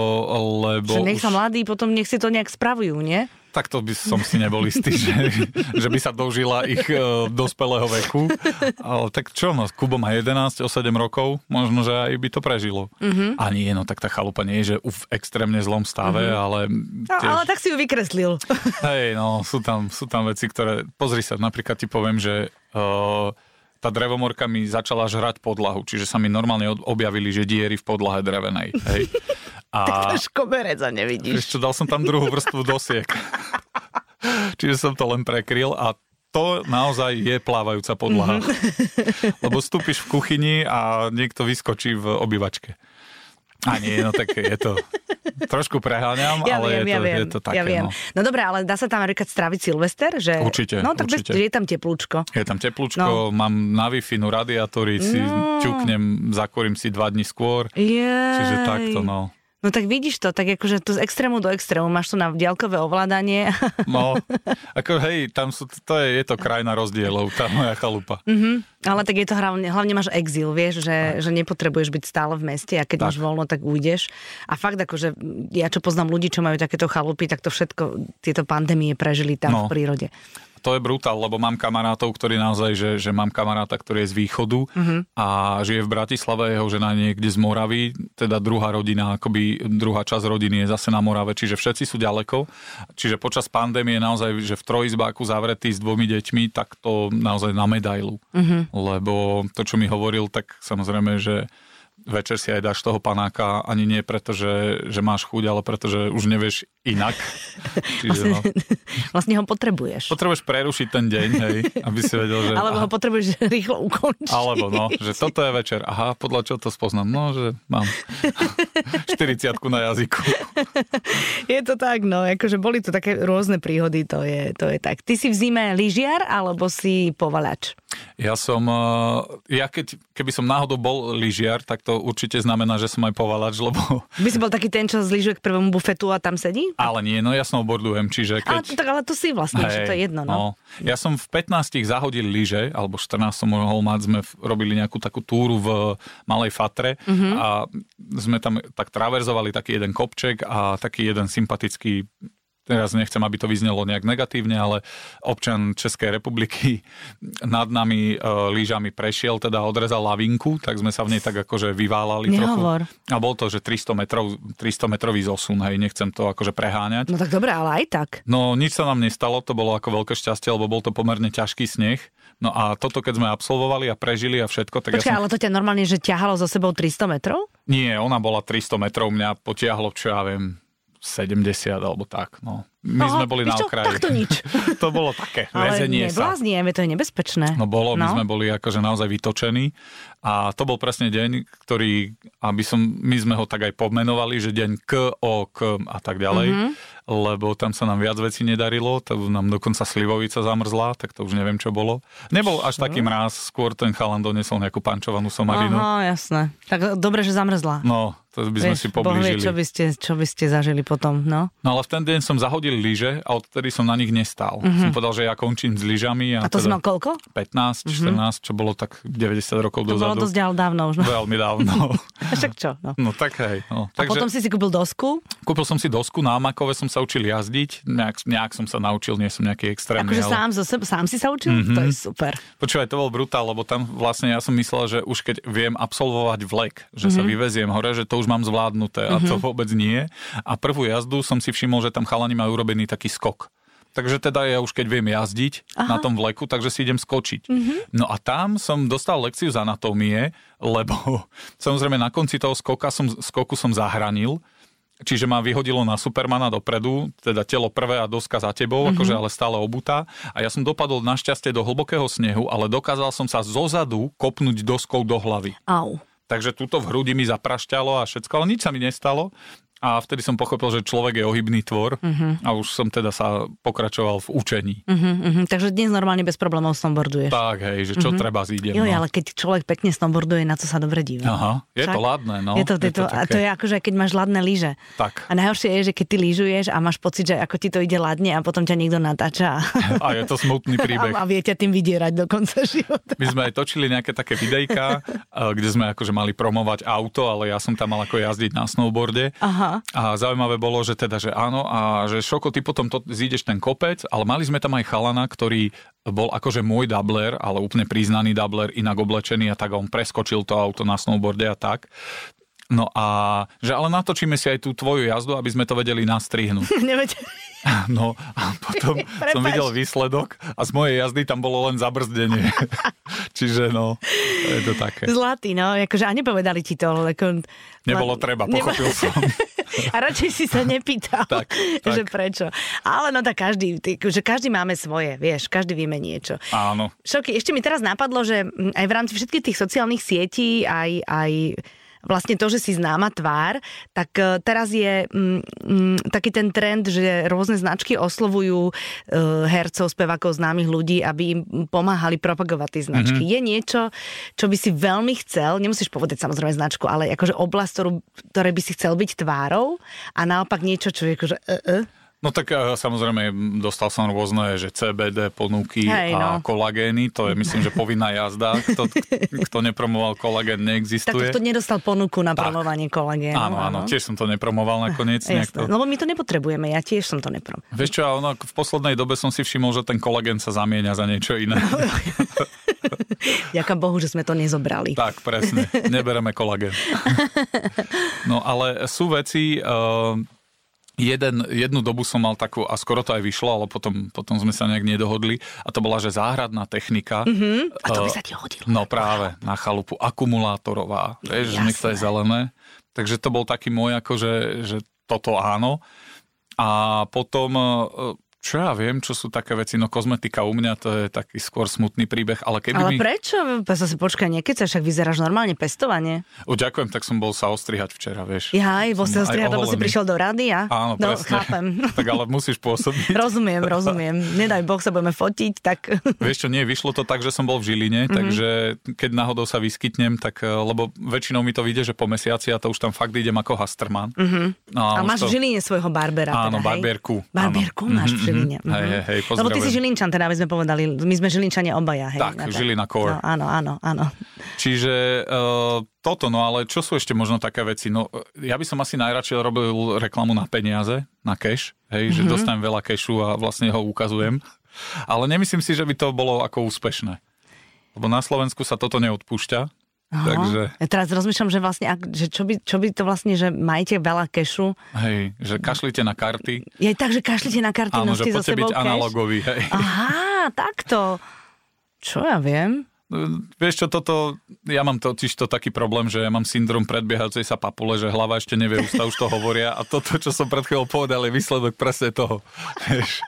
lebo
Že nech
už-
sa mladí, potom nech si to nejak spravujú, nie?
Tak to by som si nebol istý, že, že by sa dožila ich e, dospelého veku. Ale tak čo, no, Kubo má 11, o 7 rokov, možno, že aj by to prežilo.
Mhm.
Mm-hmm. A nie, no tak tá chalupa nie je, že v extrémne zlom stave, mm-hmm. ale
No,
tiež...
ale tak si ju vykreslil.
Hej, no, sú tam, sú tam veci, ktoré... Pozri sa, napríklad ti poviem, že uh, tá drevomorka mi začala žrať podlahu, čiže sa mi normálne od- objavili, že diery v podlahe drevenej.
[LAUGHS]
Hej. A
Až kobereca nevidíš.
ešte dal som tam druhú vrstvu dosiek. čiže som to len prekryl a to naozaj je plávajúca
Mhm.
podlaha. Lebo vstúpiš v kuchyni a niekto vyskočí v obývačke. A nie, no tak je to... Trošku preháňam,
Ja
ale je,
viem, ja
to,
viem,
je to také.
ja viem.
No.
no dobré, ale dá sa tam napríklad straviť Silvester? Že...
Určite,
No tak
určite.
Bez, je tam teplúčko.
Je tam teplúčko, no. mám na wi no radiátory, si
No.
ťuknem, zakorím si dva dní skôr.
Jej.
Čiže takto, no.
No tak vidíš to, tak akože to z extrému do extrému. Máš to na diaľkové ovládanie. [LAUGHS]
No, ako hej, tam sú, to je, je to krajina rozdielov, tá moja chalupa.
Mhm. Ale tak je to hlavne, hlavne máš exil, vieš, že, že nepotrebuješ byť stále v meste a keď
Tak.
máš voľno, tak ujdeš. A fakt akože, ja čo poznám ľudí, čo majú takéto chalupy, tak to všetko, tieto pandémie prežili tam
No.
v prírode.
To je brutál, lebo mám kamarátov, ktorí naozaj, že, že mám kamaráta, ktorý je z východu a žije v Bratislave, jeho žena niekde z Moravy, teda druhá rodina, akoby druhá časť rodiny je zase na Morave, čiže všetci sú ďaleko. Čiže počas pandémie naozaj, že v trojizbáku zavretý s dvomi deťmi, tak to naozaj na medailu. Lebo to, čo mi hovoril, tak samozrejme, že večer si aj dáš toho panáka, ani nie preto, že, že máš chuť, ale preto, že už nevieš inak. Čiže, no.
[LAUGHS] Vlastne ho potrebuješ.
Potrebuješ prerušiť ten deň, hej, aby si vedel, že...
Alebo ho potrebuješ [LAUGHS] rýchlo ukončiť.
alebo no, že toto je večer. Aha, podľa čo to spoznám? No, že
[LAUGHS]
mám 40 na jazyku.
Je to tak, no, akože boli to také rôzne príhody, to je, to je tak. Ty si v zime lyžiar, alebo si povalač?
Ja som, eh, ja keď, keby som náhodou bol lyžiar, tak to určite znamená, že som aj povalač, lebo...
By si bol taký ten, čo zlyžuje k prvému bufetu a tam sedí?
Ale nie, no ja snowboardujem, čiže
Ale,
keď...
tak, ale to si vlastne, že to je jedno, no.
Ja som v 15 zahodil lyže, alebo 14 som mohol mať, sme v- robili nejakú takú túru v Malej Fatre
Mhm.
mm-hmm. a sme tam tak traverzovali taký jeden kopček a taký jeden sympatický teraz nechcem, aby to vyznelo nejak negatívne, ale občan Českej republiky nad nami e, lyžami prešiel, teda odrezal lavinku, tak sme sa v nej tak akože vyválali
Nehovor.
trochu. A bol to, že 300, metrov, 300 metrový zosun, hej, nechcem to akože preháňať.
No tak dobre, ale aj tak.
No nič sa nám nestalo, to bolo ako veľké šťastie, lebo bol to pomerne ťažký sneh. No a toto, keď sme absolvovali a prežili a všetko, tak
Počkaj,
ja som...
ale to ťa normálne, že ťahalo so sebou 300 metrov?
Nie, ona bola 300 metrov, mňa potiahlo, čo ja viem, 70 alebo tak, no. My
Aha,
sme boli na
vieš čo,
okraji.
tak to nič.
[LAUGHS] to bolo také,
Ale
väzenie sa.
neblázniem, je to je nebezpečné.
No bolo, my sme boli akože naozaj vytočení a to bol presne deň, ktorý, aby som, my sme ho tak aj pomenovali, že deň K, O, K a tak ďalej,
Mhm.
mm-hmm. lebo tam sa nám viac vecí nedarilo, to nám dokonca slivovica zamrzla, tak to už neviem, čo bolo. Nebol až taký mráz, skôr ten chalan donesol nejakú pančovanú somarinu.
Aha, jasné. Tak dobre, že zamrzla.
No, to by no. sme si
Boh vie,
poblížili.
čo by, ste, čo by ste zažili potom, no.
No ale v ten deň som zahodil lyže a odtedy som na nich nestál. Mm-hmm. Som povedal, že ja končím s lyžami a,
Mhm. A to
teda
si mal koľko?
15, 14, čo bolo tak 90 rokov
To bolo
dozadu.
dosť ďal- dávno
[LAUGHS]
už, no.
Veľmi dávno.
Však čo, no.
No tak hej. No.
A potom
Takže
si si kúpil dosku,
kúpil som si dosku, na Amakove som sa učil jazdiť, nejak, nejak som sa naučil, nie som nejaký extrémny.
akože sám, zo seba, sám si sa učil? To
Mhm.
je super.
Počúvaj, to bol brutál, lebo tam vlastne ja som myslel, že už keď viem absolvovať vlek, že mm-hmm. sa vyveziem hore, že to už mám zvládnuté a mm-hmm. to vôbec nie. A prvú jazdu som si všimol, že tam chalani majú urobený taký skok. Takže teda ja už keď viem jazdiť Aha. na tom vleku, takže si idem skočiť. Mm-hmm. No a tam som dostal lekciu z anatómie, [LAUGHS] lebo samozrejme na konci toho skoka som, skoku som zahranil, Čiže ma vyhodilo na Supermana dopredu, teda telo prvé a doska za tebou, mm-hmm.
Mhm.
akože ale stále obutá. A ja som dopadol našťastie do hlbokého snehu, ale dokázal som sa zozadu kopnúť doskou do hlavy.
Au.
Takže túto v hrudi mi zaprašťalo a všetko, ale nič sa mi nestalo. A vtedy som pochopil, že človek je ohybný tvor mm-hmm. a už som teda sa pokračoval v učení. Mm-hmm.
Mhm, mhm. Takže dnes normálne bez problémov snowboarduješ.
Tak, hej, že čo mm-hmm. treba zídem.
Mhm. Jo,
no.
ale keď človek pekne snowboarduje, na to sa dobre díva.
Aha, je
Však?
to ladné, no.
je to, je to, a to je akože, keď máš ladné lyže.
Tak.
A najhoršie je, že keď ty lyžuješ a máš pocit, že ako ti to ide ladne a potom ťa niekto natáča a,
[LAUGHS] A je to smutný
[LAUGHS] a,
príbeh.
a vie ťa tým vydierať do konca života.
My sme aj točili nejaké také videjka, eh, kde sme akože mali promovať auto, ale ja som tam mal ako jazdiť na snowboarde.
Aha.
A
Aha.
zaujímavé bolo, že teda, že áno, a že Šoko, ty potom to, zídeš ten kopec, ale mali sme tam aj chalana, ktorý bol akože môj dubler, ale úplne priznaný dubler, inak oblečený a tak a on preskočil to auto na snowboarde a tak. No a že ale natočíme si aj tú tvoju jazdu, aby sme to vedeli nastrihnúť.
[LAUGHS] Neviete,
No a
[LAUGHS]
potom som
Prepáč.
videl výsledok a z mojej jazdy tam bolo len zabrzdenie.
[LAUGHS]
Čiže no, je to také.
zlatý, no, akože a nepovedali ti to, ale ako...
Nebolo treba, pochopil som.
[LAUGHS] A radšej si sa nepýtal,
Tak, tak.
[LAUGHS] že prečo. Ale no tak každý, ty- že každý máme svoje, vieš, každý víme niečo.
Áno.
Šoky, ešte mi teraz napadlo, že mm, aj v rámci všetkých tých sociálnych sietí, aj, aj vlastne to, že si známa tvár, tak e, teraz je mm, mm, taký ten trend, že rôzne značky oslovujú e, hercov, spevákov, známych ľudí, aby im pomáhali propagovať tie značky.
Mhm.
Mm-hmm. Je niečo, čo by si veľmi chcel, nemusíš povedať samozrejme značku, ale akože oblasť, ktorú, ktoré by si chcel byť tvárou a naopak niečo, čo je akože... E, e.
No tak eh, samozrejme, m, dostal som rôzne, že CBD ponuky
Hej,
a
no.
kolagény, to je myslím, že povinná jazda. Kto, kto nepromoval kolagén,
Tak to,
neexistuje.
kto nedostal ponuku na
Tak.
promovanie kolagénu.
Áno, áno, tiež som to nepromoval nakoniec. nejak to-
Jasné. no. Lebo my to nepotrebujeme, ja tiež som to neprom.
Vieš čo, a ono, v poslednej dobe som si všimol, že ten kolagén sa zamieňa za niečo iné.
[LAUGHS] Ďaká Bohu, že sme to nezobrali.
Tak, presne. Nebereme kolagén. No ale sú veci... Uh, Jeden, jednu dobu som mal takú, a skoro to aj vyšlo, ale potom, potom sme sa nejak nedohodli, a to bola, že záhradná technika. Mm-hmm.
A to by sa ti hodilo.
No práve, na chalupu akumulátorová. Vieš, že
Jasné.
niekto je zelené. Takže to bol taký môj, akože, že toto áno. A potom, e, čo ja viem, čo sú také veci, no kozmetika u mňa, to je taký skôr smutný príbeh, ale keby
Ale
mi...
prečo? Pa sa si počkaj, niekedy sa však vyzeráš normálne pestovanie.
O, ďakujem, tak som bol sa ostrihať včera, vieš.
Ja aj vo
Som
sa ostrihať, lebo si
oholený.
prišiel do rady a...
Áno,
no,
presne.
chápem. [LAUGHS]
[LAUGHS] tak ale musíš pôsobiť.
rozumiem, rozumiem. Nedaj Boh, sa budeme fotiť, tak...
Vieš čo, nie, vyšlo to tak, že som bol v Žiline,
Mhm.
mm-hmm. takže keď náhodou sa vyskytnem, tak, eh, lebo väčšinou mi to vyjde, že po mesiaci a to už tam fakt idem ako Hasterman. Mm-hmm.
Mhm.
už
A máš
to-
v Žiline svojho barbera.
Áno,
teda, hej?
barbierku, áno.
Barbierku máš v
Mhm,
Žiline.
mhm. Hej,
mhm.
hej, hej,
Lebo ty si
pozdravujem.
Žilinčan, teda aby sme povedali, my sme Žilinčania obaja. Hej,
Tak,
na to.
Žilina core.
No, áno, áno, áno.
Čiže uh, toto, no ale čo sú ešte možno také veci? No ja by som asi najradšej robil reklamu na peniaze, na cash, hej,
Mhm.
že dostanem veľa cashu a vlastne ho ukazujem. Ale nemyslím si, že by to bolo ako úspešné. Lebo na Slovensku sa toto neodpúšťa.
Aha.
Takže,
Ja teraz rozmýšľam, že vlastne, ak, že čo, by, čo by to vlastne, že majte veľa kešu.
hej, že kašlite na karty.
Je tak, že kašlite na karty,
Áno, že
nosíte so
poďte
sebou
byť
cash?
analogový, hej.
Aha, takto. Čo ja viem?
Vieš čo, toto, ja mám totiž to taký problém, že ja mám syndrom predbiehacej sa papule, že hlava ešte nevie, ústa už to hovoria a toto, čo som pred chvíľou povedal, je výsledok presne toho. Vieš.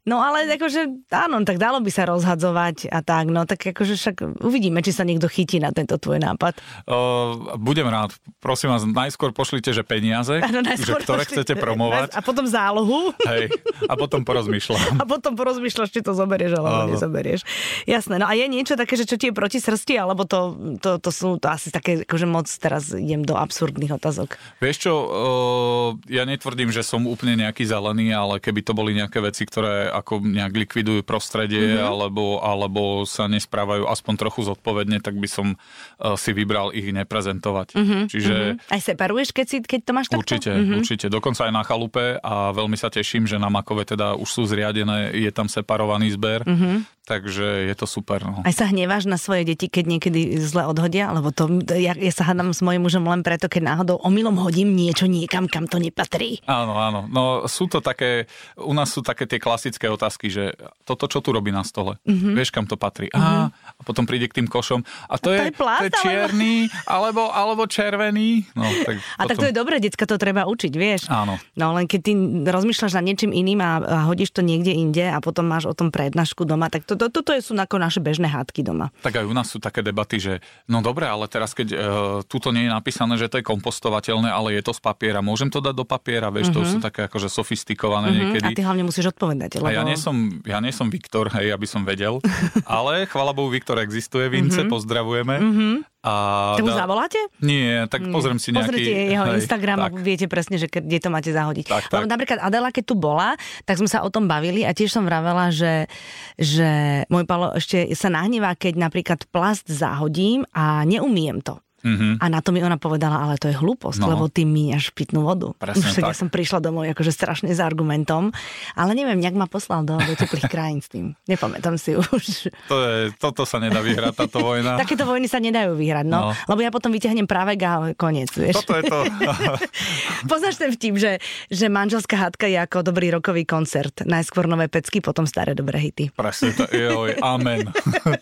No ale akože, áno, tak dalo by sa rozhadzovať a tak, no tak akože však uvidíme, či sa niekto chytí na tento tvoj nápad.
Uh, budem rád. Prosím vás, najskôr pošlite, že peniaze,
Áno,
že
najskôr
ktoré
pošli-
chcete promovať.
A potom zálohu.
Hej, a potom porozmýšľam.
A potom porozmýšľaš, či to zoberieš alebo
Áno.
nezoberieš. Jasné. No a je niečo také, že čo ti je proti srsti, alebo to, to, to sú to asi také, akože moc teraz idem do absurdných otázok.
Vieš čo, uh, ja netvrdím, že som úplne nejaký zelený, ale keby to boli nejaké veci, ktoré ako nejak likvidujú prostredie mm-hmm. alebo, alebo sa nesprávajú aspoň trochu zodpovedne, tak by som uh, si vybral ich neprezentovať. Mm-hmm. Čiže
Hm? Aj separuješ, keď, si, keď mhm. to máš takto? Mhm.
Určite, mm-hmm. určite. Dokonca aj na chalupe a veľmi sa teším, že na Makove teda už sú zriadené, je tam separovaný zber, mm-hmm. takže je to super. No.
Aj sa hneváš na svoje deti, keď niekedy zle odhodia? Lebo to, ja, ja sa hádam s mojim mužom len preto, keď náhodou omylom hodím niečo niekam, kam to nepatrí.
Áno, áno. No sú to také, u nás sú také tie klasické otázky, že toto čo tu robí na stole?
Mhm.
Mm-hmm. Vieš, kam to patrí? Á, a potom príde k tým košom. A to, je,
je plát,
to je
alebo-
čierny, alebo, alebo červený. No, tak
A tak to je dobré, decka to treba učiť, vieš.
Áno.
No len keď ty rozmýšľaš nad niečím iným a, a hodíš to niekde inde a potom máš o tom prednášku doma, tak to- to- toto to, sú ako naše bežné hádky doma.
Tak aj u nás sú také debaty, že no dobre, ale teraz keď e, tuto nie je napísané, že to je kompostovateľné, ale je to z papiera, môžem to dať do papiera, vieš, mm-hmm. to už sú také akože sofistikované mm-hmm.
Kedy?
niekedy.
Mhm. A ty hlavne musíš odpovedať. Lebo...
A ja nie, som, ja nie som Viktor, hej, aby som
[LAUGHS]
vedel, ale chvala Bohu, Viktor existuje, Vince, mm-hmm. pozdravujeme. Mm-hmm. A
Mhm. Ty mu
dá-
zavoláte?
Nie, tak pozriem si nejaký...
Hm. Pozrite jeho
hej,
Instagram a
tak.
viete presne, že ke- kde to máte zahodiť.
Tak, tak.
Lebo napríklad Adela, keď tu bola, tak sme sa o tom bavili a tiež som vravela, že, že môj Palo ešte sa nahnevá, keď napríklad plast zahodím a neumiem to. Mm-hmm. A na to mi ona povedala, ale to je
Mhm.
hlúposť,
No.
lebo ty míňaš pitnú vodu.
Presne
Však ja
tak.
som prišla domov akože strašne s argumentom, ale neviem, nejak ma poslal do, do teplých
[LAUGHS]
krajín s tým. Nepamätám si už.
To je, toto sa nedá vyhrať, táto
[LAUGHS]
vojna.
Takéto vojny sa nedajú vyhrať, no.
No.
Lebo ja potom vyťahnem právek a koniec, vieš.
Toto je
[LAUGHS]
to. [LAUGHS]
Poznáš ten vtip, že, že manželská hádka je ako dobrý rokový koncert. Najskôr nové pecky, potom staré dobré hity.
Presne to. Joj, amen.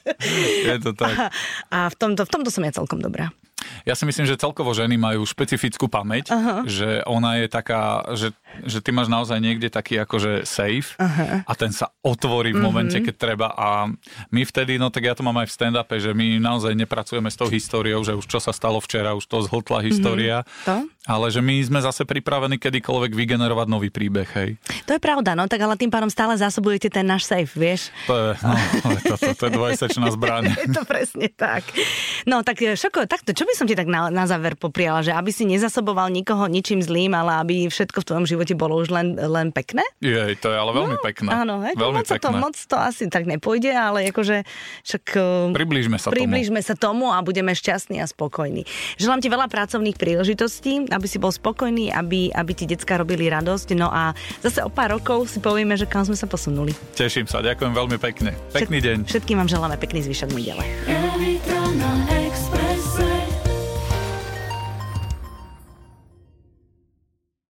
[LAUGHS] je to tak.
A v tomto, v tomto som ja celkom dobrá.
Ja si myslím, že celkovo ženy majú špecifickú pamäť, uh-huh. že ona je taká, že, že ty máš naozaj niekde taký akože safe uh-huh. a ten sa otvorí v
Mhm.
momente, keď treba a my vtedy, no tak ja to mám aj v stand-upe, že my naozaj nepracujeme s tou históriou, že už čo sa stalo včera, už to zhltla história,
Mhm. To?
ale že my sme zase pripravení kedykoľvek vygenerovať nový príbeh, hej.
To je pravda, no tak ale tým pádom stále zásobujete ten náš safe, vieš?
To je, no, to, to, to je dvojsečná zbraň.
[LAUGHS] Je to presne tak. No tak e, Šoko, takto, čo by som ti tak na, na záver popriala, že aby si nezasoboval nikoho ničím zlým, ale aby všetko v tvojom živote bolo už len, len pekné?
Jej, to je ale veľmi pekné.
No, Áno, hej,
veľmi
moc, sa to, moc to asi tak nepôjde, ale akože však... e,
Priblížme sa tomu.
Priblížme sa tomu a budeme šťastní a spokojní. Želám ti veľa pracovných príležitostí, aby si bol spokojný, aby, aby ti decka robili radosť. No a zase o pár rokov si povieme, že kam sme sa posunuli.
Teším sa, ďakujem veľmi pekne. Pekný deň.
Všetkým vám želáme pekný zvyšok nedele.
Every